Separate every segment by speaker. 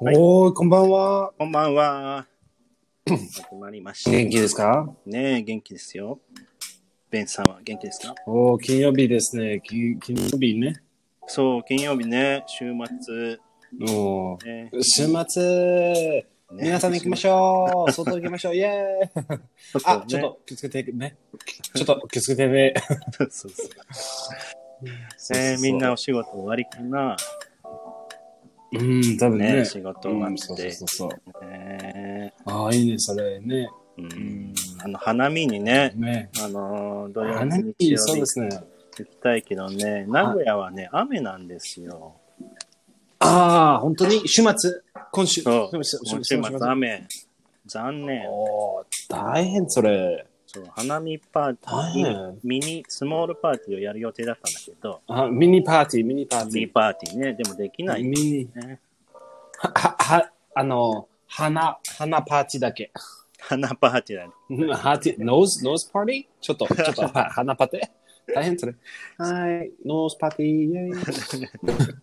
Speaker 1: はい
Speaker 2: おーい、こんばんは。
Speaker 1: こんばんは。始まりまし た。
Speaker 2: 元気ですか
Speaker 1: ねえ、元気ですよ。ベンさんは元気ですか
Speaker 2: おー、金曜日ですね。金金曜日ね。
Speaker 1: そう、金曜日ね、週末、
Speaker 2: おー。
Speaker 1: ね。
Speaker 2: 週末、
Speaker 1: ね
Speaker 2: 皆さんで行きましょう。外行きましょう。イェーイ。
Speaker 1: そうそう
Speaker 2: あ、ちょっと気をつけてね。ちょっと気をつけてね。
Speaker 1: ね。そうそうそうねえみんなお。仕事終わりかな
Speaker 2: うん、多分
Speaker 1: ね
Speaker 2: ね。
Speaker 1: 仕事終わ
Speaker 2: うん、そ
Speaker 1: っ
Speaker 2: うそう
Speaker 1: て
Speaker 2: そう。そう。
Speaker 1: ね
Speaker 2: ああ、いいね、それね。
Speaker 1: えう
Speaker 2: うんん。
Speaker 1: あの、花見にね、
Speaker 2: ね。
Speaker 1: あのー、土曜
Speaker 2: あ、
Speaker 1: 日
Speaker 2: 何
Speaker 1: 日曜
Speaker 2: そう
Speaker 1: 日
Speaker 2: ですね。
Speaker 1: 行きたいけどね、名古屋はね、雨なんですよ。
Speaker 2: ああ、本当に週末、今週、
Speaker 1: そう、今
Speaker 2: 今
Speaker 1: 週
Speaker 2: 週
Speaker 1: 末雨。残念。
Speaker 2: おー大変それ。
Speaker 1: そう、花見パーテ
Speaker 2: 大
Speaker 1: ィー
Speaker 2: 変、
Speaker 1: ミニ、スモールパーティーをやる予定だったんだけど、
Speaker 2: あミニパーティー、ミニパー
Speaker 1: ミニ
Speaker 2: ティ
Speaker 1: パーティーね、でもできな
Speaker 2: ー。
Speaker 1: い
Speaker 2: ミ
Speaker 1: ね。
Speaker 2: ニ、は、はは、あの、花、花パーティーだけ。
Speaker 1: 花パーティーだね。
Speaker 2: うんハーティー、ノーズ、ノーズパーティーちょっ と、ちょっと、は花パテ大変それ。はい、ノーズパーティー、イェーイ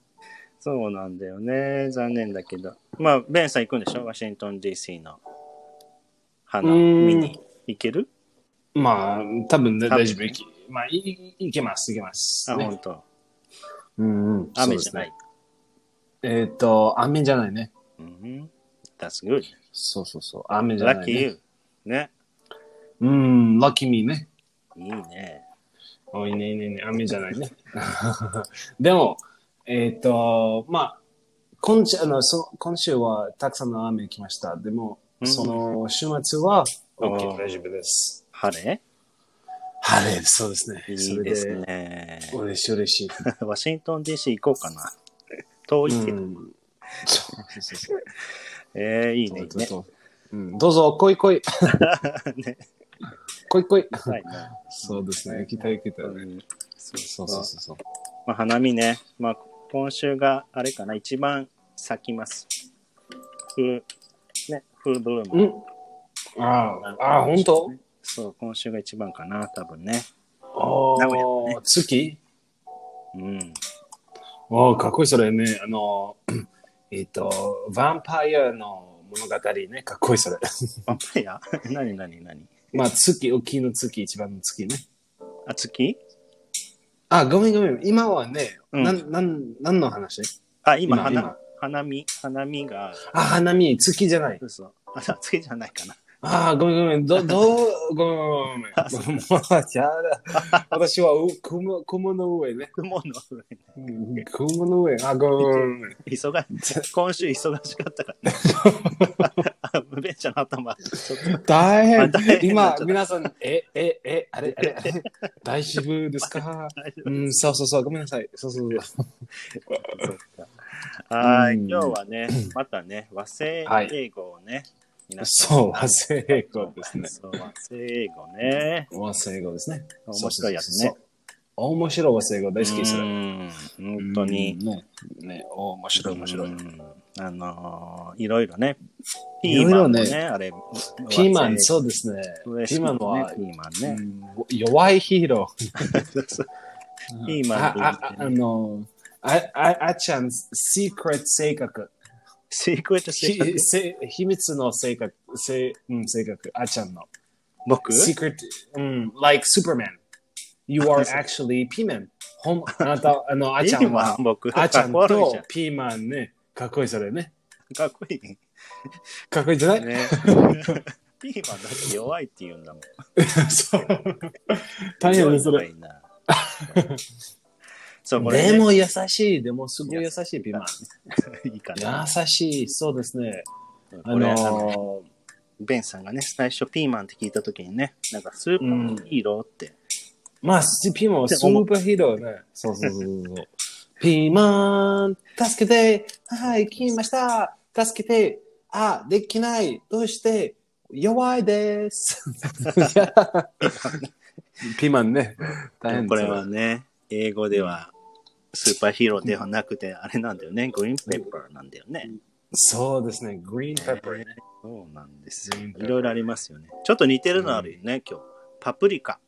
Speaker 1: そうなんだよね。残念だけど。まあ、ベンさん行くんでしょワシントン DC の花
Speaker 2: うーん
Speaker 1: 見に。行ける
Speaker 2: まあ、多分ね、
Speaker 1: 多分
Speaker 2: 大丈夫。いきまあ、い、いいけます、いけます。
Speaker 1: あ、
Speaker 2: ね
Speaker 1: 本当。
Speaker 2: うんうん
Speaker 1: 雨じゃない。。
Speaker 2: そうですねえっと、雨じゃないね。
Speaker 1: うん。That's good.
Speaker 2: そうそうそう、雨じゃない、ね。
Speaker 1: Lucky you. ね。
Speaker 2: うん、ラッキーミーね。
Speaker 1: いいね。
Speaker 2: おいいねいいねいいね、雨じゃないね。 でも、えっ、と、まあ、今週あのそ今週はたくさんの雨来ました。でも、
Speaker 1: うん
Speaker 2: その週末は、
Speaker 1: あー
Speaker 2: OK 大丈夫です。
Speaker 1: 晴れ
Speaker 2: 晴れ、そうですね。
Speaker 1: いいです
Speaker 2: それで。
Speaker 1: ね。
Speaker 2: 嬉しい嬉しい。
Speaker 1: ワシントン DC 行こうかな。遠いけど。
Speaker 2: うんそうそうそう
Speaker 1: えー、いいね、いい
Speaker 2: そう
Speaker 1: ね。
Speaker 2: そううんどうぞ、来い 来い。
Speaker 1: ね
Speaker 2: 来い来い。
Speaker 1: はいな。
Speaker 2: そうですね。行きたい行きたい。
Speaker 1: うん
Speaker 2: そうそうそうそう。
Speaker 1: まあ、花見ね、まあ、今週があれかな、一番咲きます。フル、ね、フルブルーム。
Speaker 2: んあーあー、本当
Speaker 1: そう、今週が一番かな、多分ね。名古
Speaker 2: ああ、月
Speaker 1: うん。
Speaker 2: おーかっこいいそれね。あの、 えっ、と、ヴァンパイアの物語ね。かっこいいそれ。
Speaker 1: バンパイア 何何何
Speaker 2: まあ、月、大きいの月、一番の月ね。
Speaker 1: あ、月
Speaker 2: あ、ごめんごめん。今はね、
Speaker 1: うん
Speaker 2: なん、なん、なんの話
Speaker 1: あ、今、
Speaker 2: 今
Speaker 1: 花
Speaker 2: 今、
Speaker 1: 花見、花見が、
Speaker 2: あ、花見、月じゃない。
Speaker 1: そうそう。あ、月じゃないかな。
Speaker 2: あー、ごめんごめん。ど、どう、ごめんごめ んごめん。もう、やだ。私は、う雲、雲の上ね。
Speaker 1: 雲の上ね
Speaker 2: うん雲の上。あ、ごめんごめんごめん。
Speaker 1: 忙、今週忙しかっ たから。あ、無弁者の頭、ちょっと。
Speaker 2: 大
Speaker 1: あ
Speaker 2: 変
Speaker 1: 大変
Speaker 2: 今、皆さん、え、え、え、あれ、あれ、あれ大丈夫ですか
Speaker 1: 大丈
Speaker 2: う
Speaker 1: 夫
Speaker 2: ん、そうそうそう、ごめんなさい。そうそうそう。
Speaker 1: そっか はー
Speaker 2: う
Speaker 1: い、
Speaker 2: ん
Speaker 1: 今日はね、またね、和製英語をね、皆さん
Speaker 2: そう、和製英語ですね。
Speaker 1: そう、和製英語ね。
Speaker 2: 和製英語ですね。
Speaker 1: 面白いやつ
Speaker 2: そうそ
Speaker 1: ね
Speaker 2: う。そう。面白い和製英語大好き、それ。
Speaker 1: うん本当に。
Speaker 2: うん。ね、ね、お面白い、面白い。
Speaker 1: うん。あのー、いろいろね。ピ
Speaker 2: いろ
Speaker 1: ー
Speaker 2: い
Speaker 1: マ
Speaker 2: ろ
Speaker 1: ンも
Speaker 2: ね
Speaker 1: ね、あれ。
Speaker 2: ピーマン、
Speaker 1: う。
Speaker 2: そうですね。ピーマンは、
Speaker 1: ピーマ
Speaker 2: う
Speaker 1: ンね。
Speaker 2: ん弱いヒーロー。
Speaker 1: ピーマン
Speaker 2: ああああの、あ、あ、あっちゃん、シークレット性格。
Speaker 1: シークレットシークレッ
Speaker 2: ひ
Speaker 1: ト
Speaker 2: せ秘密の性格、せうん、性格、あちゃんの。
Speaker 1: 僕
Speaker 2: Secret, うん、like Superman. You are
Speaker 1: あそう
Speaker 2: actually ピーマン。ほん、あな た、あの、あ
Speaker 1: ピ
Speaker 2: ちゃ
Speaker 1: ー
Speaker 2: ん
Speaker 1: マ
Speaker 2: は
Speaker 1: ン、、僕。
Speaker 2: あちゃん
Speaker 1: かっこ悪いじ
Speaker 2: と
Speaker 1: ゃ
Speaker 2: ピーマンね、かっこいいそれね。
Speaker 1: んかっこいいね。
Speaker 2: かっこいいじゃない、
Speaker 1: ピーマンだって弱いって言うんだもん。
Speaker 2: そう。大変ね、そ
Speaker 1: 強
Speaker 2: れ。
Speaker 1: いな。そう、 これ、
Speaker 2: で
Speaker 1: ね、
Speaker 2: も優しい、でもすごい優しいピーマン。
Speaker 1: いいかな。
Speaker 2: 優しい、そうですね。あ
Speaker 1: これ、あの、
Speaker 2: の
Speaker 1: ベンさんがね、最初ピーマンって聞いたときにね、なんかスーパーヒーローって、
Speaker 2: まあ、ピーマンはスーパーヒーローね。そうそうそうそう。 ピーマン、助けて、はい、来ました、助けて、あ、できない、どうして、弱いです。 ピーマンね、大変
Speaker 1: これはね、英語では、スーパーヒーローではなくて、あれなんだよね、グリーンペッパーなんだよね。
Speaker 2: そうですね、グリーンペッパーね。
Speaker 1: そうなんです
Speaker 2: グリーンペッパ
Speaker 1: よ。い
Speaker 2: ー
Speaker 1: ろいろありますよね。ちょっと似てるのあるよね、今日。パプリカ。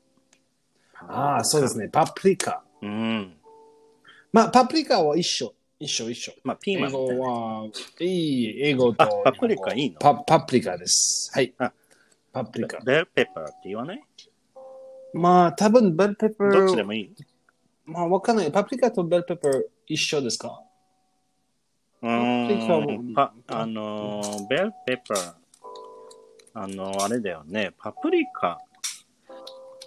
Speaker 2: ああ、そうですね、パプリカ。
Speaker 1: うん。
Speaker 2: まあ、パプリカは一緒。一緒一緒。
Speaker 1: まあ、ピーマ
Speaker 2: 英
Speaker 1: ンみ
Speaker 2: 語
Speaker 1: たいな。
Speaker 2: は、いい、英語と
Speaker 1: あ
Speaker 2: 日本語。
Speaker 1: パプリカいいの
Speaker 2: パパプリカです。はい
Speaker 1: あ。
Speaker 2: パプリカ。
Speaker 1: ベルペッパーって言わない
Speaker 2: まあ、多分ベルペッパー。
Speaker 1: どっちでもいい。
Speaker 2: まあ、わかんない。パプリカとベルペッパー一緒ですか
Speaker 1: う
Speaker 2: パプリカも
Speaker 1: ーん。パ、あのー、ベルペッパー。あのー、あれだよね。パプリカ。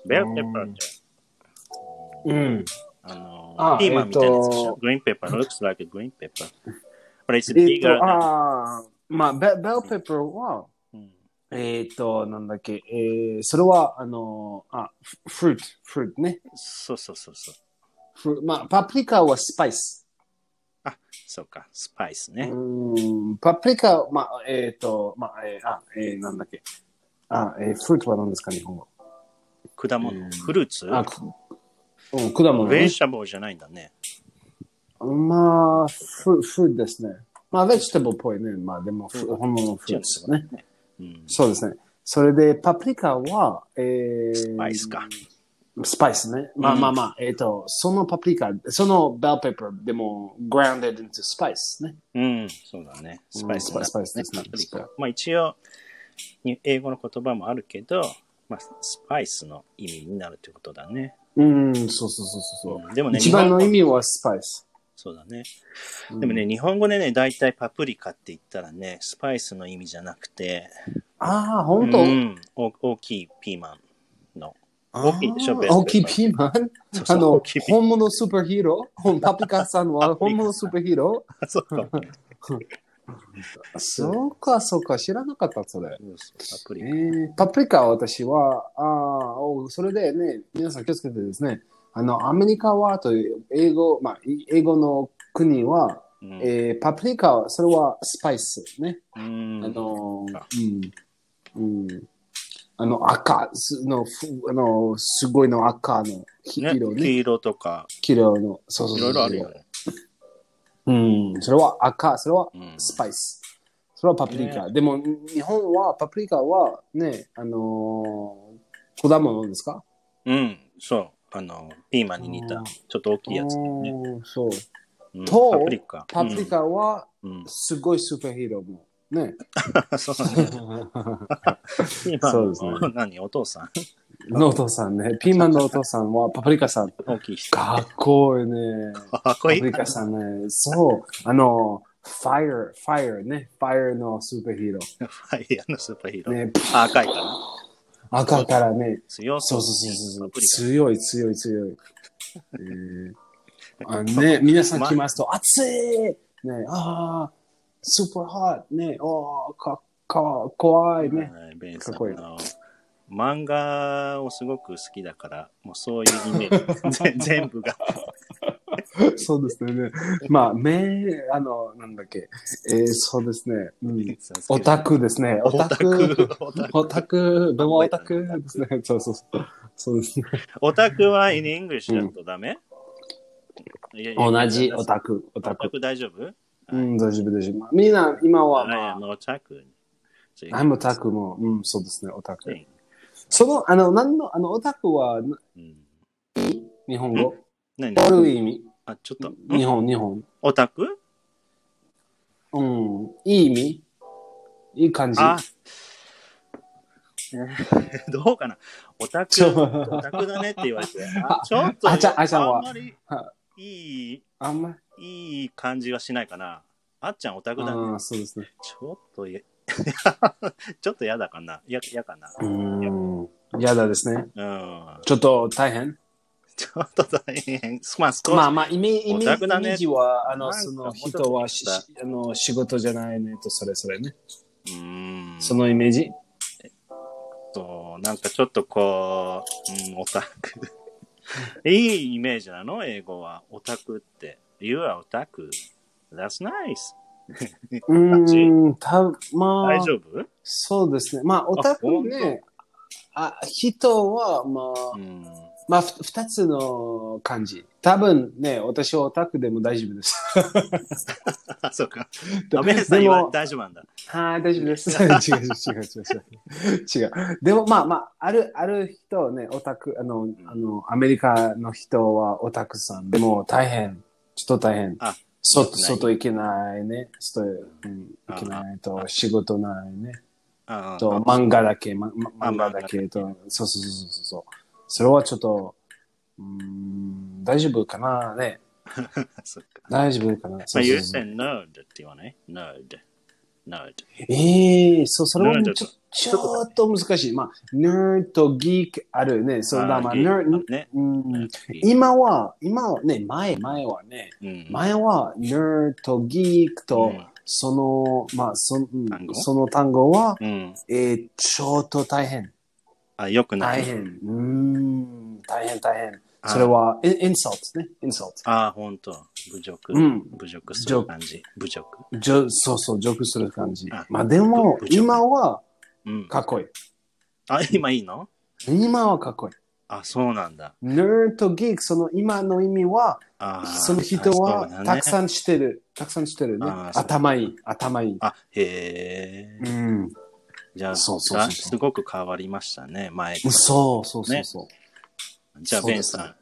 Speaker 1: ベルペッパーじ
Speaker 2: うん。
Speaker 1: ゃん。あの
Speaker 2: あ
Speaker 1: ー、ピーマンみたいなやつでし
Speaker 2: えっ
Speaker 1: ょ
Speaker 2: と
Speaker 1: グリーンペッパー。looks like a green pepper. But it's
Speaker 2: えっ
Speaker 1: bigger
Speaker 2: と、
Speaker 1: than...
Speaker 2: ああ、まあ、ベベルペッパーは、
Speaker 1: うん
Speaker 2: えっと、なんだっけ、えー、それは、あの、あ、フフルーツ、フルーツね。
Speaker 1: そうそうそうそう。
Speaker 2: フルまあ、パプリカはスパイス。
Speaker 1: あ、そうか。スパイスね。
Speaker 2: うーんパプリカ、まあ、えっ、と、まあ、えーあ、えーなんだっけ。あ、えーフルーツは何ですか、日本語。
Speaker 1: 果
Speaker 2: う
Speaker 1: 物。
Speaker 2: ん
Speaker 1: フルーツ
Speaker 2: あ、くうん、果物、
Speaker 1: ベ
Speaker 2: ね
Speaker 1: ー。シャボーじゃないんだね。
Speaker 2: まあ、フフルーツですね。まあ、ベジタブルっぽいね。まあ、でも、フ
Speaker 1: うん
Speaker 2: 本物のフルーツですね。
Speaker 1: うん。
Speaker 2: そうですね。それで、パプリカは、えー、
Speaker 1: スパイスか。
Speaker 2: スパイスね。まあまあまあ、えっ、と、そのパプリカ、そのベルペッパーでも、grounded into スパイスね。
Speaker 1: うん、そうだね。スパイス
Speaker 2: うんスパイス
Speaker 1: ね。
Speaker 2: スパイス
Speaker 1: パプリ
Speaker 2: スパイ
Speaker 1: カ。まあ一応、に英語の言葉もあるけど、まあ、スパイスの意味になるということだね。
Speaker 2: うん、そうそうそうそうそう。
Speaker 1: うんでもね、
Speaker 2: 一番の
Speaker 1: 日
Speaker 2: 意
Speaker 1: 本
Speaker 2: 味
Speaker 1: 語
Speaker 2: はスパイス。
Speaker 1: そうだね。
Speaker 2: うん
Speaker 1: でもね、日本語でね、大体パプリカって言ったらね、スパイスの意味じゃなくて、
Speaker 2: ああ、本当、
Speaker 1: うん、お大きいピーマンの。大きいでしょ
Speaker 2: あー
Speaker 1: ベース
Speaker 2: 大きいピーマン
Speaker 1: そうそ
Speaker 2: あ
Speaker 1: う
Speaker 2: の
Speaker 1: 大きい、ピー
Speaker 2: 本物スーパーヒーロー本パプリカさんは本物スーパーヒーロ
Speaker 1: マン。 そうか。そう
Speaker 2: ーそうか、そうか、知らなかった、それ。
Speaker 1: そうパプ
Speaker 2: え
Speaker 1: リカ。
Speaker 2: ー、パプリカは私は、ああお、それでね、皆さん気をつけてですね、あの、アメリカはという英語、まあ、い英語の国は、
Speaker 1: うん
Speaker 2: えー、パプリカは、それはスパイスね。
Speaker 1: うん
Speaker 2: あの
Speaker 1: あ、
Speaker 2: うん。うん。あの、赤、すの、ふあの、すごいの赤の黄
Speaker 1: ね
Speaker 2: 色ね。
Speaker 1: 黄色とか、
Speaker 2: 黄色の、そうそうそう。
Speaker 1: いろいろあるよね。
Speaker 2: うん。それは赤、それは
Speaker 1: うん
Speaker 2: スパイス。それはパプリカ。でも、日本はパプリカはね、あのー、果物ですか
Speaker 1: うん、そう。あの、ピーマンに似た、ちょっと大きいやつだよね。
Speaker 2: あーそう。
Speaker 1: うん
Speaker 2: と
Speaker 1: パプリカ。
Speaker 2: パプリカは、
Speaker 1: うん。うん
Speaker 2: すごいスーパーヒーローも。ね。
Speaker 1: そうだね。ピーマン
Speaker 2: そうですね
Speaker 1: の 何お父さん
Speaker 2: のお父さんね。ピーマンのお父さんはパプリカさん。
Speaker 1: 大きい人。
Speaker 2: かっこいいね。
Speaker 1: かっこ
Speaker 2: パ
Speaker 1: いい
Speaker 2: プ。リカさんね。そう。あの、ファイア、ファイアね。ファイアのスーパーヒーロ
Speaker 1: はい、あのスーパーヒー
Speaker 2: ー。
Speaker 1: ロー。
Speaker 2: ね。
Speaker 1: あ赤いかな。
Speaker 2: 赤からね。
Speaker 1: 強
Speaker 2: そ
Speaker 1: そうう。
Speaker 2: そうそうそう
Speaker 1: パプリカ
Speaker 2: 強い強い強い。えー、あね、皆さん来ますと、暑いね、ああ、スーパーハートね、ああ、か、か、怖いね。
Speaker 1: はいベンさん
Speaker 2: かっこいい
Speaker 1: あの漫画をすごく好きだから、もうそういうイメー ジ。全全部が。
Speaker 2: そうですね。まあ、め、あの、なんだっけ、えー、そうですね。うん、オタクですね。オタク。。
Speaker 1: オタク。
Speaker 2: オタク、でもオタクですね。そうそうそう。そうですね。
Speaker 1: オタクは in English だとダメいやいや
Speaker 2: 同じオタク、オタ
Speaker 1: オタ
Speaker 2: ク。
Speaker 1: ク大丈夫
Speaker 2: うん、大丈夫大丈夫。みんな、今は、まあ
Speaker 1: はい、あの、オタク。
Speaker 2: あ、もうオタクも、うん、そうですね、オタク
Speaker 1: う。ん
Speaker 2: その、あの、なんの、あの、オタクは、な
Speaker 1: うん
Speaker 2: 日本語。
Speaker 1: 何
Speaker 2: ある意味。
Speaker 1: あ、ちょっと。ん
Speaker 2: 日本、日本。
Speaker 1: オタク
Speaker 2: うん、いい意味いい感じ。
Speaker 1: あ どうかなオタ
Speaker 2: ち
Speaker 1: ク、
Speaker 2: ょ
Speaker 1: オタクだねって言われて。あちょっと、
Speaker 2: あちゃんあちゃんは
Speaker 1: あんまり
Speaker 2: はい
Speaker 1: い、
Speaker 2: あんまり。
Speaker 1: いい感じはしないかな。あっちゃんオタクだね。
Speaker 2: ああ、そうですね。
Speaker 1: ちょっとや、 ちょっと嫌だかな。や、嫌かな。
Speaker 2: う
Speaker 1: いや
Speaker 2: ん。やだですね。
Speaker 1: うん。
Speaker 2: ちょっと大変。
Speaker 1: ちょっと大変。まあ、少し。
Speaker 2: まあまあ、イメイメイメ
Speaker 1: オタクだね
Speaker 2: ージは、あ
Speaker 1: な
Speaker 2: の、
Speaker 1: んか
Speaker 2: その
Speaker 1: もうちょっ
Speaker 2: 人
Speaker 1: と
Speaker 2: はし、
Speaker 1: だ
Speaker 2: しあの、仕事じゃないねと、それそれね。
Speaker 1: うん。
Speaker 2: そのイメージ。
Speaker 1: そう、なんかちょっとこう、うん、オタク。 いいイメージなの英語は。オタクって。You are オタク。That's nice.
Speaker 2: う
Speaker 1: じ
Speaker 2: ん、た、まあ
Speaker 1: 大。丈夫
Speaker 2: そうですね。まあ、オタクね、あ人は、ま
Speaker 1: う
Speaker 2: あ、
Speaker 1: ん。
Speaker 2: まあ、ふ二つの漢字。多分ね、私はオタクでも大丈夫 です。
Speaker 1: あ、そうか。 アメさん
Speaker 2: で
Speaker 1: 言
Speaker 2: も
Speaker 1: わ大丈夫なんだ。
Speaker 2: はい、大丈夫 です。違う違う違う違う違う。違う。でも、まあまあ、ある、ある人ね、オタク、あの、あの、アメリカの人はオタクさん。でも、大変。ちょっと大変。外、外行けないね。外、うん、
Speaker 1: あ
Speaker 2: 行けないと、仕事ないね。
Speaker 1: あ
Speaker 2: と、漫画だけ、ま、ま
Speaker 1: あ
Speaker 2: 漫画だけと、そうそうそうそうそう。それはちょっと、うーん、大丈夫かなね。
Speaker 1: あ、 そっか。
Speaker 2: 大丈夫かな
Speaker 1: ま
Speaker 2: そ
Speaker 1: あ、
Speaker 2: うそ
Speaker 1: 言
Speaker 2: う
Speaker 1: う
Speaker 2: そう
Speaker 1: て nerd って言わない ?nerd。nerd。
Speaker 2: ええそう、それはね
Speaker 1: なる
Speaker 2: ちょ
Speaker 1: ほ
Speaker 2: ちょっと難しい。まあ、ヌーとギークあるね。そうだ、まあ、
Speaker 1: ギ
Speaker 2: ヌ
Speaker 1: ー
Speaker 2: ー、
Speaker 1: ね。
Speaker 2: うん、今は、今はね、前、前はね、
Speaker 1: うん、
Speaker 2: 前は、ヌーとギークと、
Speaker 1: うん
Speaker 2: その、まあ、そうん
Speaker 1: 単語
Speaker 2: その単語は、
Speaker 1: うん。
Speaker 2: えー、ちょっと大変。
Speaker 1: あ、よくな
Speaker 2: 大
Speaker 1: い。
Speaker 2: 変。うーん、大変、大変。
Speaker 1: あ
Speaker 2: それは、インインサルトね。インサルト。
Speaker 1: ああ、ほんと。侮辱。
Speaker 2: うん
Speaker 1: 侮辱する感じ。侮辱。
Speaker 2: じょそうそう、ジョークする感じ
Speaker 1: あ。
Speaker 2: まあ、でも
Speaker 1: ぶ、ぶ
Speaker 2: 今は
Speaker 1: うん。
Speaker 2: かっこいい。
Speaker 1: あ、今いいの
Speaker 2: 今はかっこいい。
Speaker 1: あ、そうなんだ。
Speaker 2: ヌーとギーク、その今の意味は、
Speaker 1: ああ。
Speaker 2: その人はたく
Speaker 1: ん。
Speaker 2: さんしてる。たくさんしてるね
Speaker 1: あ。ーそう
Speaker 2: 頭いい、頭いい。
Speaker 1: あ、へえ。
Speaker 2: うん。
Speaker 1: じゃあ、
Speaker 2: そうそうそうそう
Speaker 1: だすごく変わりましたね、前から。
Speaker 2: そうそうそうそう。
Speaker 1: じゃあ、
Speaker 2: そう
Speaker 1: ベ
Speaker 2: で
Speaker 1: ン
Speaker 2: すね
Speaker 1: さん、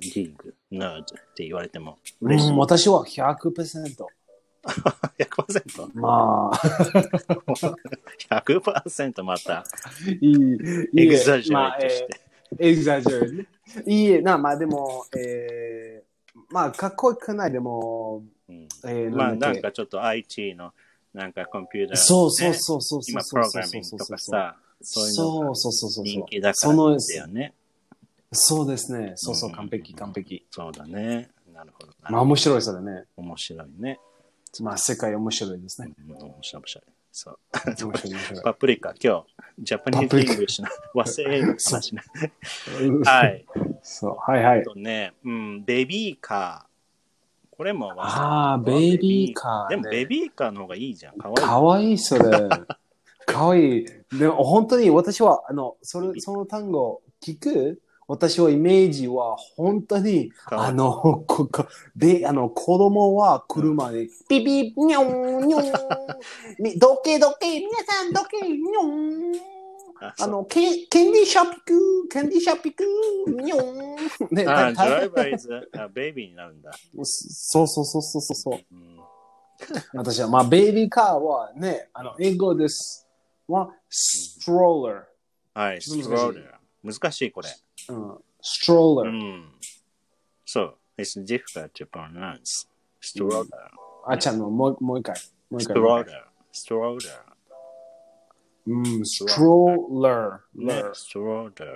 Speaker 1: リング、ナードって言われ ても
Speaker 2: う
Speaker 1: 嬉しい。
Speaker 2: ん、私は100%。
Speaker 1: 100%?100%
Speaker 2: まあ、
Speaker 1: 100%また、
Speaker 2: いい。い
Speaker 1: エ
Speaker 2: い
Speaker 1: グザジェ
Speaker 2: まあ
Speaker 1: レートして。
Speaker 2: えーエグザジェレートいいえ、な、まあでも、えー、まあ、かっこよくない、でも、
Speaker 1: うん
Speaker 2: えー、
Speaker 1: まあ、
Speaker 2: だ
Speaker 1: な
Speaker 2: っ
Speaker 1: ん
Speaker 2: け
Speaker 1: かちょっと IT の、なんかコンピューター、
Speaker 2: そうそう
Speaker 1: ね
Speaker 2: そうそうそう
Speaker 1: 今、プ
Speaker 2: そう
Speaker 1: ログ
Speaker 2: そう
Speaker 1: ラ
Speaker 2: そう
Speaker 1: ミン
Speaker 2: そ
Speaker 1: グ
Speaker 2: う
Speaker 1: とかさ、そういうの
Speaker 2: そうそ
Speaker 1: が
Speaker 2: うそうそう
Speaker 1: 人気だか
Speaker 2: そ
Speaker 1: ら
Speaker 2: の
Speaker 1: だよね。
Speaker 2: そうですねそうそう
Speaker 1: うん
Speaker 2: 完璧完璧
Speaker 1: そうだね。なるほどな。
Speaker 2: まあ面白いそれね
Speaker 1: 面白いね。
Speaker 2: まあ世界面白いです
Speaker 1: う
Speaker 2: ね
Speaker 1: ん面白い、面白い。そう。
Speaker 2: 面白い面白い
Speaker 1: パプリカ、今日、ジャパニーズ・イングリッシュの和製英語の話ね。は。い。
Speaker 2: そう、はいは
Speaker 1: あ
Speaker 2: い。
Speaker 1: とね、うん、ベビーカー。これも和製
Speaker 2: ああ、ベビーカ
Speaker 1: で
Speaker 2: ー、
Speaker 1: も
Speaker 2: ね。
Speaker 1: ベビーカーの方がいいじゃん。かわいい。
Speaker 2: かわいい、それ。かわいい。でも本当に私は、あの、そ
Speaker 1: ベビ
Speaker 2: れ
Speaker 1: ー
Speaker 2: その単語聞く私はイメージは本当に、
Speaker 1: かわいい
Speaker 2: あの、ここで、あの、子供は車で、ピピ、ニョン、ニョン、 みどけどけ、皆さんどけ、ニョン。
Speaker 1: あ
Speaker 2: あ
Speaker 1: の、
Speaker 2: の、ケケンディシャピク、ケンディシャピク、ニョン。 ね、
Speaker 1: あ
Speaker 2: 大
Speaker 1: ー、ドラ
Speaker 2: 変
Speaker 1: イバーイズ、あ、ベイビーになるんだ。
Speaker 2: そうそうそうそうそうそう。
Speaker 1: うん、
Speaker 2: 私は、まあ、ベイビーカーはね、あの、英語です。は、ストローラ
Speaker 1: はい、
Speaker 2: ちょっ
Speaker 1: ス
Speaker 2: と
Speaker 1: トロ
Speaker 2: 難しい
Speaker 1: ーラー。難しい、これ。
Speaker 2: ー。うん、ストロー
Speaker 1: う
Speaker 2: ラー。
Speaker 1: ん。そう。It's difficult to pronounce. ストローラ
Speaker 2: あちゃんの、もう、もう一回。もう
Speaker 1: ー。
Speaker 2: 一
Speaker 1: ス
Speaker 2: 回。
Speaker 1: トローラー。ストローラ
Speaker 2: うん、ストローラ
Speaker 1: ー。ね
Speaker 2: ー。、
Speaker 1: ストローラ
Speaker 2: ラ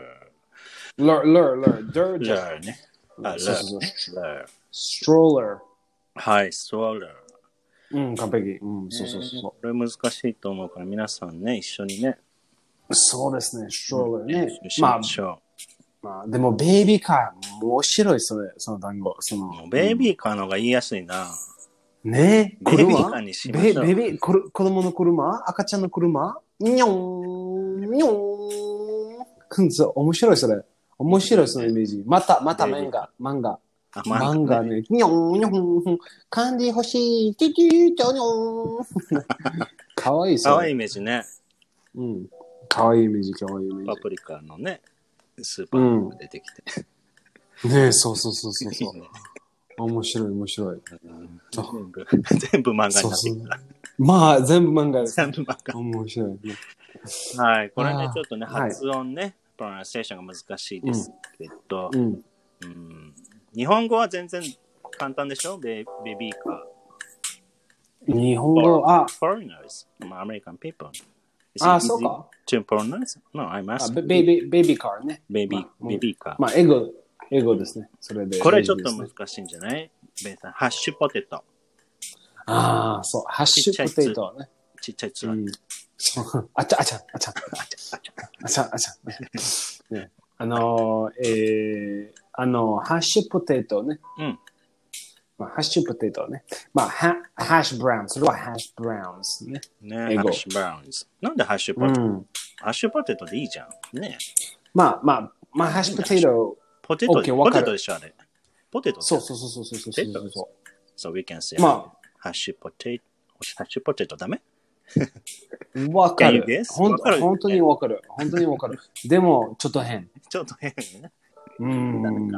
Speaker 2: ー、ラー、ラー、ラー、ダー
Speaker 1: ー。
Speaker 2: ジャ
Speaker 1: ラーね。あ、ラ
Speaker 2: そうそう
Speaker 1: ー。ラー。
Speaker 2: ストローラ
Speaker 1: はい、ストローラー。
Speaker 2: ー。うん、完璧。うん、そうそうそう。
Speaker 1: これ難しいと思うから、皆さんね、一緒にね、
Speaker 2: そうですね、ストローラー
Speaker 1: 練
Speaker 2: ね
Speaker 1: 習。し
Speaker 2: まあ
Speaker 1: ま、しょ。
Speaker 2: まあ、でも、ベイビーカー、面白い、それ、その単語。そう
Speaker 1: も
Speaker 2: の
Speaker 1: う、ベイビーカーの方が言いやすいな。
Speaker 2: ねえ、
Speaker 1: ベビー
Speaker 2: 車
Speaker 1: カーにしま
Speaker 2: ベ
Speaker 1: しょう
Speaker 2: ベビーこれ子供の車赤ちゃんの車にょん、にょん。そう、面白いそれ。面白いそのイメージ。また、また
Speaker 1: ベビー
Speaker 2: 漫画、漫画。
Speaker 1: あ、
Speaker 2: 漫画ね。にょん、にょ ん。漢字欲しい。キュキュキュにょん。 かわいいそれ。
Speaker 1: 可愛いイメージね。
Speaker 2: うん。かわいいイメージ、かわいいイメー
Speaker 1: パプリカのね、スーパーにも出てきて。
Speaker 2: ジ。ねえ、そうそうそうそうそう
Speaker 1: いいね。
Speaker 2: 面白い、面白い。
Speaker 1: 全部、全部漫画になって
Speaker 2: そう
Speaker 1: き
Speaker 2: そう
Speaker 1: た。
Speaker 2: まあ、全部漫画です。
Speaker 1: 全部漫
Speaker 2: 面白い。
Speaker 1: 画。はい、これね
Speaker 2: あー、
Speaker 1: ちょっとね、
Speaker 2: はい
Speaker 1: 発音ね、プロナンセーションが難しいですけど
Speaker 2: う、ん。
Speaker 1: うん日本語は全然簡単でしょベベビーか。
Speaker 2: 日本語、あ、
Speaker 1: foreigners, American people. Is it
Speaker 2: あ、そうか。
Speaker 1: easy To pronounce? No,
Speaker 2: あ
Speaker 1: I'm
Speaker 2: ベ
Speaker 1: asking.
Speaker 2: ベビーベビーカーね。
Speaker 1: ベビー
Speaker 2: まあ、
Speaker 1: ベビーか。
Speaker 2: まあ、英語、英語ですね。それで。
Speaker 1: これちょっと
Speaker 2: 英語ですね
Speaker 1: 難しいんじゃないベンさん、ハッシュポテト。
Speaker 2: ああ、そう。ハッシュポテトね。
Speaker 1: ちっちゃいつ
Speaker 2: う
Speaker 1: ら。
Speaker 2: んそうあちゃあちゃあちゃあちゃあちゃ。ねあのー、えー、あのー、ハッシュポテトね。
Speaker 1: うん。
Speaker 2: まあ、ハッシュポテトね。まあ、ハハッシュブラウン。それはハッシュブラウンですね。
Speaker 1: ね、
Speaker 2: 英
Speaker 1: ハ
Speaker 2: 語
Speaker 1: ッシュブラウンズ。なんでハッシュポ
Speaker 2: う
Speaker 1: テト、
Speaker 2: ん。
Speaker 1: ハッシュポテトでいいじゃん。ね
Speaker 2: まあまあ、まあ、ハッシュポテト。
Speaker 1: ポテト、
Speaker 2: OK わ
Speaker 1: ポ
Speaker 2: か
Speaker 1: テ
Speaker 2: る
Speaker 1: トでしょ、あれ。ポテト。
Speaker 2: そうそうそうそうそうそうそうそ
Speaker 1: So we can say,
Speaker 2: う。ま
Speaker 1: ハッシュポテト、ハッシュポテトダメ
Speaker 2: あ、わか
Speaker 1: Can you
Speaker 2: る
Speaker 1: guess？。
Speaker 2: ほん
Speaker 1: わかる
Speaker 2: 本当にわかる。本当にわかる。でも、ちょっと変。
Speaker 1: ちょっと変ね。
Speaker 2: うん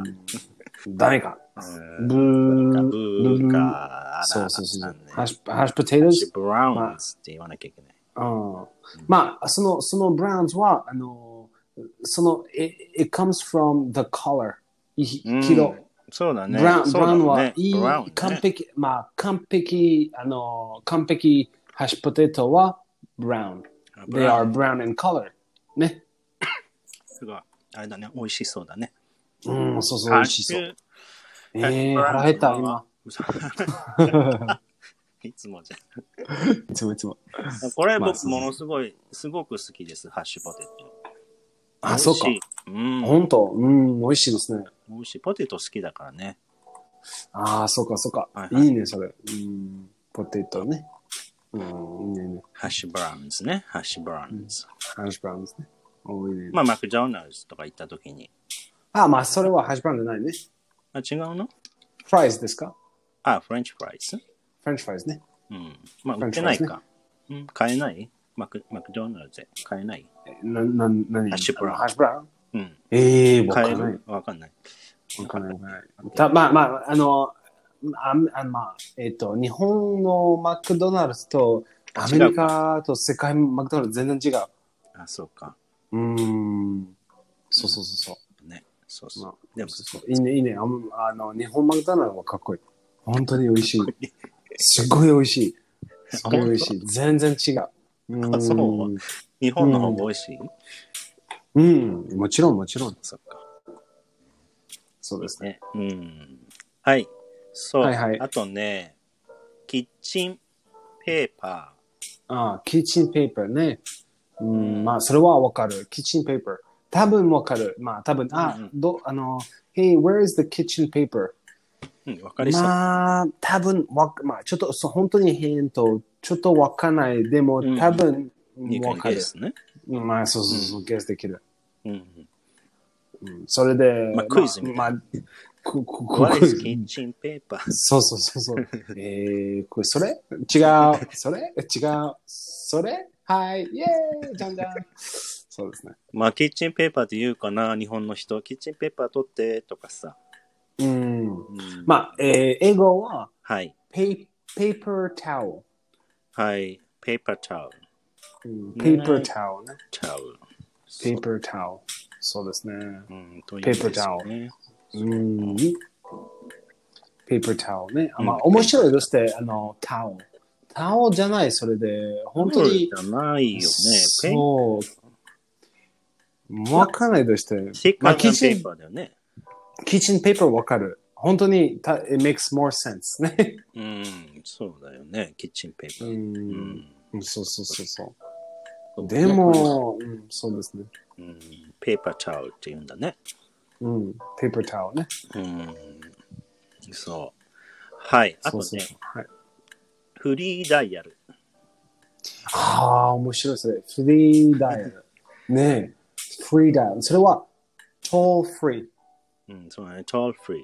Speaker 1: 誰
Speaker 2: 誰
Speaker 1: か
Speaker 2: か。
Speaker 1: うん
Speaker 2: ブー。
Speaker 1: ブーカー、
Speaker 2: そうそうそう
Speaker 1: な
Speaker 2: そ
Speaker 1: ん
Speaker 2: う
Speaker 1: で。
Speaker 2: ハッシュハッシュポテトス。
Speaker 1: ブラウンズって言わなきゃいけない。
Speaker 2: うんまあ、その、そのブラウンズは、あの、その、it, it comes from the color. い
Speaker 1: うん
Speaker 2: 色。
Speaker 1: そうだね。
Speaker 2: ブラウン、ブ
Speaker 1: そう
Speaker 2: ラ
Speaker 1: だ
Speaker 2: ウン
Speaker 1: もん
Speaker 2: は
Speaker 1: ね
Speaker 2: いい、
Speaker 1: ブラウンね
Speaker 2: 完璧、まあ、完璧、あの、完璧ハッシュポテトはブラウン。
Speaker 1: あブ
Speaker 2: They
Speaker 1: ラウン
Speaker 2: are brown in color. ね。
Speaker 1: すごい。あれだね、美味しそうだね。
Speaker 2: うん、そうそう、美
Speaker 1: ハッ
Speaker 2: 味し
Speaker 1: シ
Speaker 2: そう。
Speaker 1: ュ、
Speaker 2: え
Speaker 1: ュ
Speaker 2: ー、腹減った、 今。
Speaker 1: いつもじゃん。
Speaker 2: いつもいつも。
Speaker 1: これ
Speaker 2: まあ
Speaker 1: 僕
Speaker 2: そうそう
Speaker 1: ものすごい、すごく好きです、ハッシュポテト。
Speaker 2: あ、そうか
Speaker 1: 美。味しいうん。
Speaker 2: 本当うん、美味しいですね。
Speaker 1: 美味しい。ポテト好きだからね。
Speaker 2: ああ、そうか、そうか
Speaker 1: は。
Speaker 2: い
Speaker 1: いはい
Speaker 2: いね、それ。うん、ポテトね。うん、いいねいいね。
Speaker 1: ハッシュブラウンズね。ハッシュブラウンズ。
Speaker 2: ハッシュブラウンですね。多いね。
Speaker 1: まあ、マクドナルズとか行った時に。
Speaker 2: あ、まあ、それはハッシュブラウンじゃないね。
Speaker 1: あ、違うの
Speaker 2: フライズですか
Speaker 1: あ、フレンチフライズ。
Speaker 2: フレンチフライズね。
Speaker 1: うん。まあ、
Speaker 2: フ
Speaker 1: 売
Speaker 2: レ
Speaker 1: っ
Speaker 2: ン
Speaker 1: て
Speaker 2: チ
Speaker 1: ない
Speaker 2: フ
Speaker 1: か。うん、買えないマクマクドナルズで買えない
Speaker 2: えな、な、何
Speaker 1: ハッシュブラウン
Speaker 2: ハッシュブラウン
Speaker 1: うん。
Speaker 2: ええー、わか
Speaker 1: 買え
Speaker 2: んない
Speaker 1: る。わかんない。
Speaker 2: わかんない。たまあまあ、あの、ああまあ、えっ、と、日本のマクドナルドとアメリカと世界マクドナルド全然違う。
Speaker 1: あ、そうか。
Speaker 2: うーん。そうそうそう
Speaker 1: ね。そう
Speaker 2: そう。
Speaker 1: そ
Speaker 2: まあ
Speaker 1: う。でも、
Speaker 2: そうそういいね、いいね。あんあの、日本マクドナルドはかっこいい。本当に美味しい。すごい美味しい。すごい美味しい。全然違う。うーん
Speaker 1: あそう日本の方が美味しい、
Speaker 2: うん。もちろん、もちろん。
Speaker 1: そっか。
Speaker 2: そうですね。
Speaker 1: ね。うん。はい。そう。
Speaker 2: はいはい
Speaker 1: あとね、キッチンペーパ
Speaker 2: ああ、キッチンペーパーね。うん、まあ、それはわかる。キッチンペーパー。多分わかる。まあ、多分、あ、
Speaker 1: うんうん
Speaker 2: ど、あの、Hey, where is the kitchen paper?
Speaker 1: ー。うん、わかりそう。
Speaker 2: まあ、多分わ、まあ、ちょっと、そう本当に変と、ちょっとわかんない。でも
Speaker 1: うん、
Speaker 2: 多分、
Speaker 1: いい
Speaker 2: わ
Speaker 1: 感
Speaker 2: か
Speaker 1: じ
Speaker 2: る
Speaker 1: で。すね。
Speaker 2: うんまあ、そうそうそう、ゲスできる。
Speaker 1: うん。
Speaker 2: うんそれで、
Speaker 1: まあクイズみたい
Speaker 2: まあ、まあくくく
Speaker 1: ワイ
Speaker 2: クイ
Speaker 1: ズ
Speaker 2: ズ
Speaker 1: キッチンペーパー。
Speaker 2: そうそうそうそう。えー、これ、それ違う。それ違う。それはい。イェーイじゃんじゃん。そうですね。
Speaker 1: まあ、キッチンペーパーって言うかな、日本の人。キッチンペーパー取って、とかさ。
Speaker 2: うん。
Speaker 1: うん、あ。
Speaker 2: まあ、えー、英語は、
Speaker 1: はい。
Speaker 2: ペーペーパータオ
Speaker 1: はい。ペーパータオル。
Speaker 2: ル。ペーパータオルね。
Speaker 1: タオル。
Speaker 2: ペーパータオル。そうですね。
Speaker 1: うん、という意味ですよね。
Speaker 2: うん。ペーパータオルね。あまあ
Speaker 1: う、ん
Speaker 2: 面白いですね。あの、タオル。タオルじゃない、それで。本当に。
Speaker 1: そうじゃないよね。ペー
Speaker 2: そう。わかんないとして。
Speaker 1: シック
Speaker 2: ま
Speaker 1: な
Speaker 2: あ、
Speaker 1: ペ
Speaker 2: キッチ
Speaker 1: ー
Speaker 2: ン、
Speaker 1: パーだよね。
Speaker 2: キッチンペーパーわかる。本当に、た it makes more sense ね。
Speaker 1: うん、そうだよね。キッチンペーパ
Speaker 2: う。
Speaker 1: ー。うんん
Speaker 2: そうそうそうそう。で、も、うん、そうですね。
Speaker 1: うん、ペーパータオルって言うんだね。
Speaker 2: うん。ペーパータオルね。
Speaker 1: うん、そう。はい。あと
Speaker 2: そう
Speaker 1: ね、
Speaker 2: そう。はい。
Speaker 1: フリーダイヤル。
Speaker 2: ああ、面白いそれ。フリーダイヤル。ねえ。フリーダイヤル。それは、トールフリー。
Speaker 1: うん、そうだね。トールフリー。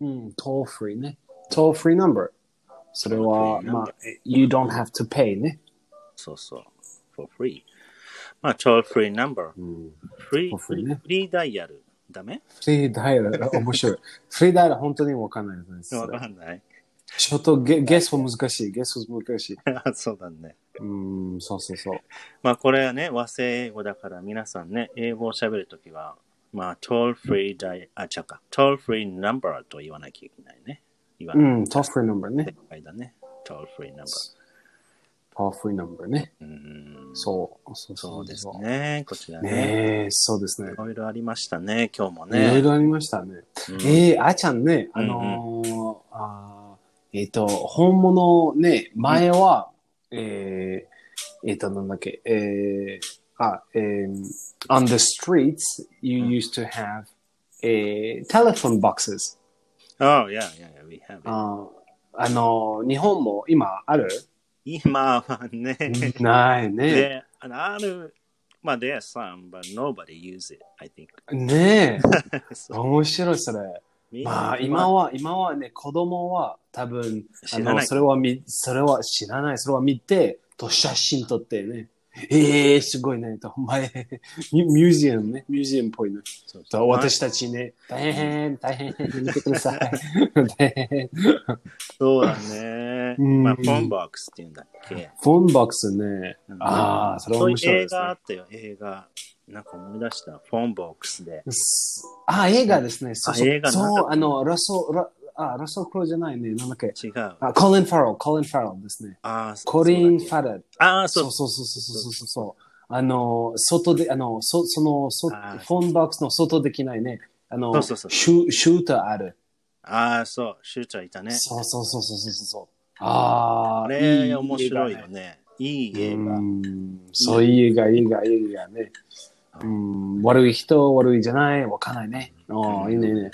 Speaker 2: うん、トールフリーね。トールフリーナンバー。それは、
Speaker 1: Toll-free number
Speaker 2: まあ、you don't have to pay ね。
Speaker 1: そうそう。for free。まあ、トールフリーナンバー。
Speaker 2: うん
Speaker 1: フリー、
Speaker 2: for
Speaker 1: フ
Speaker 2: free
Speaker 1: リー
Speaker 2: ね
Speaker 1: フリーダイヤル。ダメ
Speaker 2: フリーダイヤル、面 白い。フリーダイヤル、本当にわかんないですね。
Speaker 1: わかんない。
Speaker 2: ちょっとゲゲスは難しい。ゲスは難しい。
Speaker 1: あそうだね。
Speaker 2: うん、そうそうそう。
Speaker 1: まあ、これはね、和製英語だから皆さんね、英語を喋るときは、まあ、トールフリーダイヤル、あ、違うか。トールフリーナンバーと言わなきゃいけないね。言わ
Speaker 2: う
Speaker 1: ない。
Speaker 2: ん、トールフリーナンバーね
Speaker 1: 正。解だね。トールフリーナンバー。
Speaker 2: トールフリーナンバーね。
Speaker 1: うん
Speaker 2: そう。そう
Speaker 1: そうです。ね。こちらね。
Speaker 2: ねえ、そうですね
Speaker 1: い。ろいろありましたね、今日も
Speaker 2: いろい
Speaker 1: ね。
Speaker 2: ろありましたね。
Speaker 1: うん
Speaker 2: えー、あーちゃんね、あのーあーえっ、と、本物ね、前は、えー、えっ、と、なんだっけ、えー、あ、えー、on the streets, you
Speaker 1: うん
Speaker 2: used to have、えー、telephone boxes.
Speaker 1: Oh, yeah, yeah, yeah, we have it.
Speaker 2: あーあのー、日本も今 ある
Speaker 1: 今はね、
Speaker 2: ないね。
Speaker 1: で、あのある、まあ、there are some, but nobody use it, I think.
Speaker 2: ねえ、
Speaker 1: そう
Speaker 2: 面白いそれ。
Speaker 1: みんな
Speaker 2: まあ、今は、今はね、子供は多分、
Speaker 1: 知
Speaker 2: あ
Speaker 1: ら
Speaker 2: の
Speaker 1: ない
Speaker 2: そ。れはみ、それは知らない、それは見て、と写真撮ってね。ええすごいね。と前、ミミュージアムね。ミュージアムっぽいね。
Speaker 1: そう
Speaker 2: と私たちね、大変、大変、見てください。 大変。
Speaker 1: そうだね。
Speaker 2: うん
Speaker 1: まあ、フォンボックスっていうんだっけ。
Speaker 2: フォンボックスね。ああ、それは
Speaker 1: そう
Speaker 2: 面
Speaker 1: いう
Speaker 2: 白い
Speaker 1: 映
Speaker 2: です
Speaker 1: 画あ
Speaker 2: ね
Speaker 1: ったよ、映画。なんか思い出した。フォンボックスで。
Speaker 2: す。あ、映画ですね。そうそう
Speaker 1: あ映画なんだ
Speaker 2: そう、あの、ラソー、ラあ、ラソー・クローじゃないね。なんだっけ。
Speaker 1: 違う。あ
Speaker 2: あ、コリン・ファロー、コリン・ファローですね。
Speaker 1: あ、
Speaker 2: コリン・フ
Speaker 1: ァ
Speaker 2: ァレット。
Speaker 1: ああ、そ
Speaker 2: そうう。そうそうそうそうそうそう。あの、外で、あの、そそのそ、フ
Speaker 1: あー
Speaker 2: ォンボックスの外できないね。あの、
Speaker 1: そうそうそう
Speaker 2: シュシューターある。
Speaker 1: ああ、そう。シューチャーいたね。
Speaker 2: そうそうそうそうそうそう。あ
Speaker 1: あ
Speaker 2: あ、
Speaker 1: れ、面白いよ
Speaker 2: ね。
Speaker 1: ね。いい映画。
Speaker 2: うんそういう映画、映画、映画ね。うん、悪い人、悪いじゃない、わかんないね。ああ、いいね、いいね。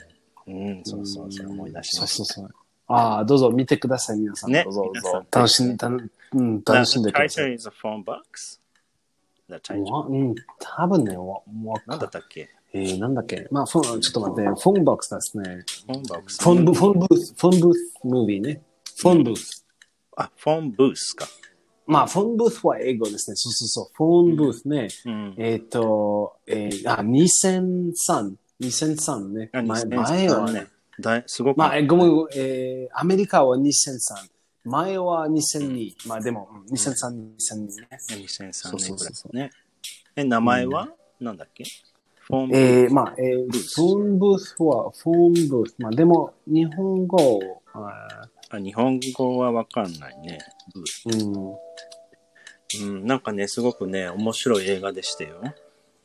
Speaker 1: うん、そうそう、そう思い出しまし
Speaker 2: そうそうそう。ああ、どうぞ見てください、皆さん。
Speaker 1: ね
Speaker 2: どうぞ、どう
Speaker 1: 皆さ
Speaker 2: ぞ
Speaker 1: ん。
Speaker 2: 楽しんで、たんうん、
Speaker 1: た。
Speaker 2: 楽しんでく
Speaker 1: The
Speaker 2: ださい。
Speaker 1: title is a phone box? The title.
Speaker 2: わうん、多分ね、わ、わか
Speaker 1: なん
Speaker 2: ん
Speaker 1: だったっけ
Speaker 2: えー、なんだっけまあ、フォン、ちょっと待って、フォンボックスですね。
Speaker 1: フォンボックス。
Speaker 2: フォンブ、フォンブース、フォンブースムービーね。フォンブース。
Speaker 1: あ、フォンブースか。
Speaker 2: まあ、フォンブースは英語ですね。そうそうそう。フォンブースね。
Speaker 1: うん。
Speaker 2: えっ、と、えー、あ、2003。2003ね。
Speaker 1: あ
Speaker 2: 前
Speaker 1: 2003
Speaker 2: 前はね。
Speaker 1: だいすごく。
Speaker 2: まあ、えーごめんごめんえー、アメリカは2003。前は2002。まあ、でも、うん2003、2002ね。
Speaker 1: 2003
Speaker 2: そうそ
Speaker 1: 年
Speaker 2: う
Speaker 1: ぐ
Speaker 2: そ
Speaker 1: ら
Speaker 2: うそう
Speaker 1: いね。え、名前はなんだっけフォンブー
Speaker 2: えー、まあ、えー、フォンブースは、フォンブース。まあ、でも、日本語、あ
Speaker 1: ス。あ日本語はわかんないね。ブース
Speaker 2: ーうん。
Speaker 1: うん、なんかね、すごくね、面白い映画でしたよ。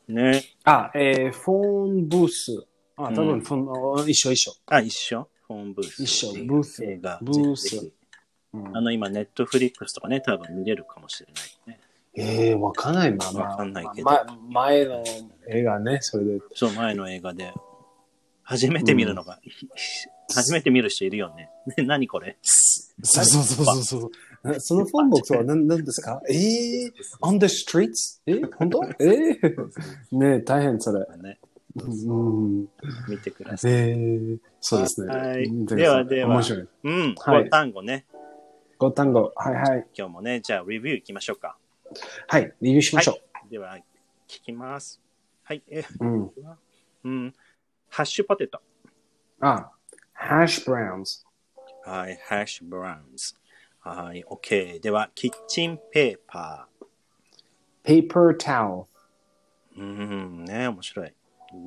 Speaker 1: ね。
Speaker 2: あ、えー、フォンブース。あ、多
Speaker 1: う
Speaker 2: 分、
Speaker 1: ん
Speaker 2: フォン、あ一緒一緒。
Speaker 1: あ、一緒フォンブース。
Speaker 2: 一緒
Speaker 1: 映画
Speaker 2: ブース
Speaker 1: 映画。
Speaker 2: ブース
Speaker 1: ぜひぜひ
Speaker 2: うん
Speaker 1: あの、今、ネットフリックスとかね、多分見れるかもしれないね。
Speaker 2: ええー、わかんない、まあまあ。
Speaker 1: わかんないけど
Speaker 2: まあま前の映画ね、それで。
Speaker 1: そう、前の映画で。初めて見るのが、初めて見る人いるよね。ね、何これ
Speaker 2: そうそうそうそうそう。そのフォンボックスは何何ですかええー、on the streets? え本当ええー、ねえ大変それ。
Speaker 1: ね、
Speaker 2: うん、
Speaker 1: 見てください。
Speaker 2: ええー、そうですね。
Speaker 1: はい
Speaker 2: うん
Speaker 1: ではでは
Speaker 2: 面白い。
Speaker 1: うん、
Speaker 2: はい
Speaker 1: これ単語ね。
Speaker 2: ご単語、はいはい。
Speaker 1: 今日もね、じゃあ、レビューいきましょうか。
Speaker 2: はい、理由しましょ
Speaker 1: では、聞きます。はい、え、
Speaker 2: う。うん。
Speaker 1: うん、ハッシュポテト。
Speaker 2: あ、hash browns。
Speaker 1: はい、ハッシュブラウンズ。はい、OK。では、キッチンペーパ
Speaker 2: paper towel。
Speaker 1: ー。うん、ね、面白い。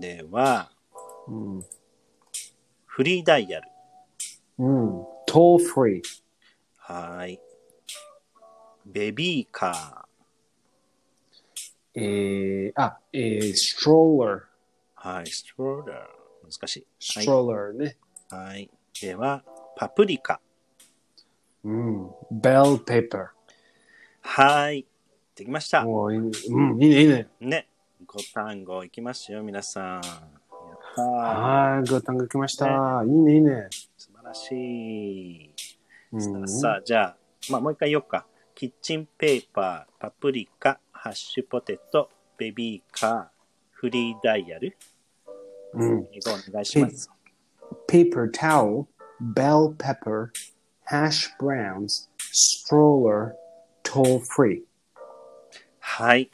Speaker 1: では、
Speaker 2: うん。
Speaker 1: フリーダイヤル。
Speaker 2: うん。toll Mm. free。
Speaker 1: はい。ベビーカ
Speaker 2: えー、あ、えー、stroller。
Speaker 1: ー。はい、ストローラー。難しい。はい。
Speaker 2: stroller ね。
Speaker 1: はい、では、パプリカ。
Speaker 2: うん。bell paper。Oh,
Speaker 1: はい。できました。
Speaker 2: おーいいうん、いいね、いいね。
Speaker 1: ね。ご単語いきますよ、皆さん。やったー
Speaker 2: はい、ご単語来ました。いいね、いいね。
Speaker 1: 素晴らしい。
Speaker 2: うん、
Speaker 1: さあ、じゃあ、まあ、もう一回言おうか。キッチンペーパー、パプリカ、ハッシュポテト、ベビーカー、フリーダイヤル。
Speaker 2: うん。
Speaker 1: 英語お願いします。
Speaker 2: Mm. paper towel, bell pepper, hash browns, stroller, toll free.
Speaker 1: はい。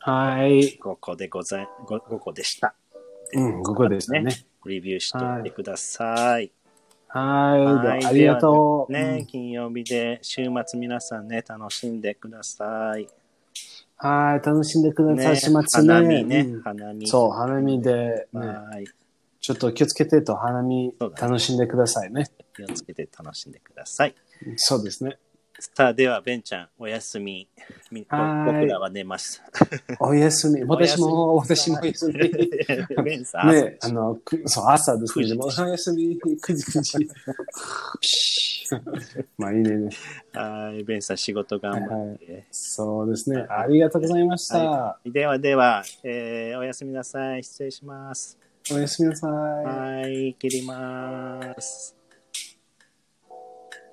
Speaker 2: はい。
Speaker 1: 5個でござい、5, 個でした。
Speaker 2: うん、ここですね。
Speaker 1: ねレビューしておいてください。
Speaker 2: は、
Speaker 1: はいい
Speaker 2: ありがとう。
Speaker 1: ではね、金曜日で、週末皆さんね、楽しんでください。
Speaker 2: うんはい、楽しんでください。始末ね。
Speaker 1: 花見ね、
Speaker 2: うん
Speaker 1: 花見。
Speaker 2: そう、花見で、ね、
Speaker 1: はい。
Speaker 2: ちょっと気をつけてと花見
Speaker 1: そうだね
Speaker 2: 楽しんでくださいね。
Speaker 1: 気をつけて楽しんでください。
Speaker 2: そうですね。
Speaker 1: さあ、では、ベンちゃん、おやすみ。み僕
Speaker 2: はい
Speaker 1: らは 寝ます。
Speaker 2: おやすみ。
Speaker 1: おや
Speaker 2: 私
Speaker 1: すみ
Speaker 2: も、私 もおやすみ。ね、
Speaker 1: ベンさん、朝
Speaker 2: あの、くそう、朝です
Speaker 1: 9
Speaker 2: ね。
Speaker 1: 時
Speaker 2: でもおやすみ。9時、9時。 まあ、いいねね。
Speaker 1: はい、ベンさん、仕事頑張って。
Speaker 2: そうですね。ありがとうございました。
Speaker 1: はではでは、えーおやすみなさい。失礼します。
Speaker 2: おやすみなさい。
Speaker 1: はい、切ります。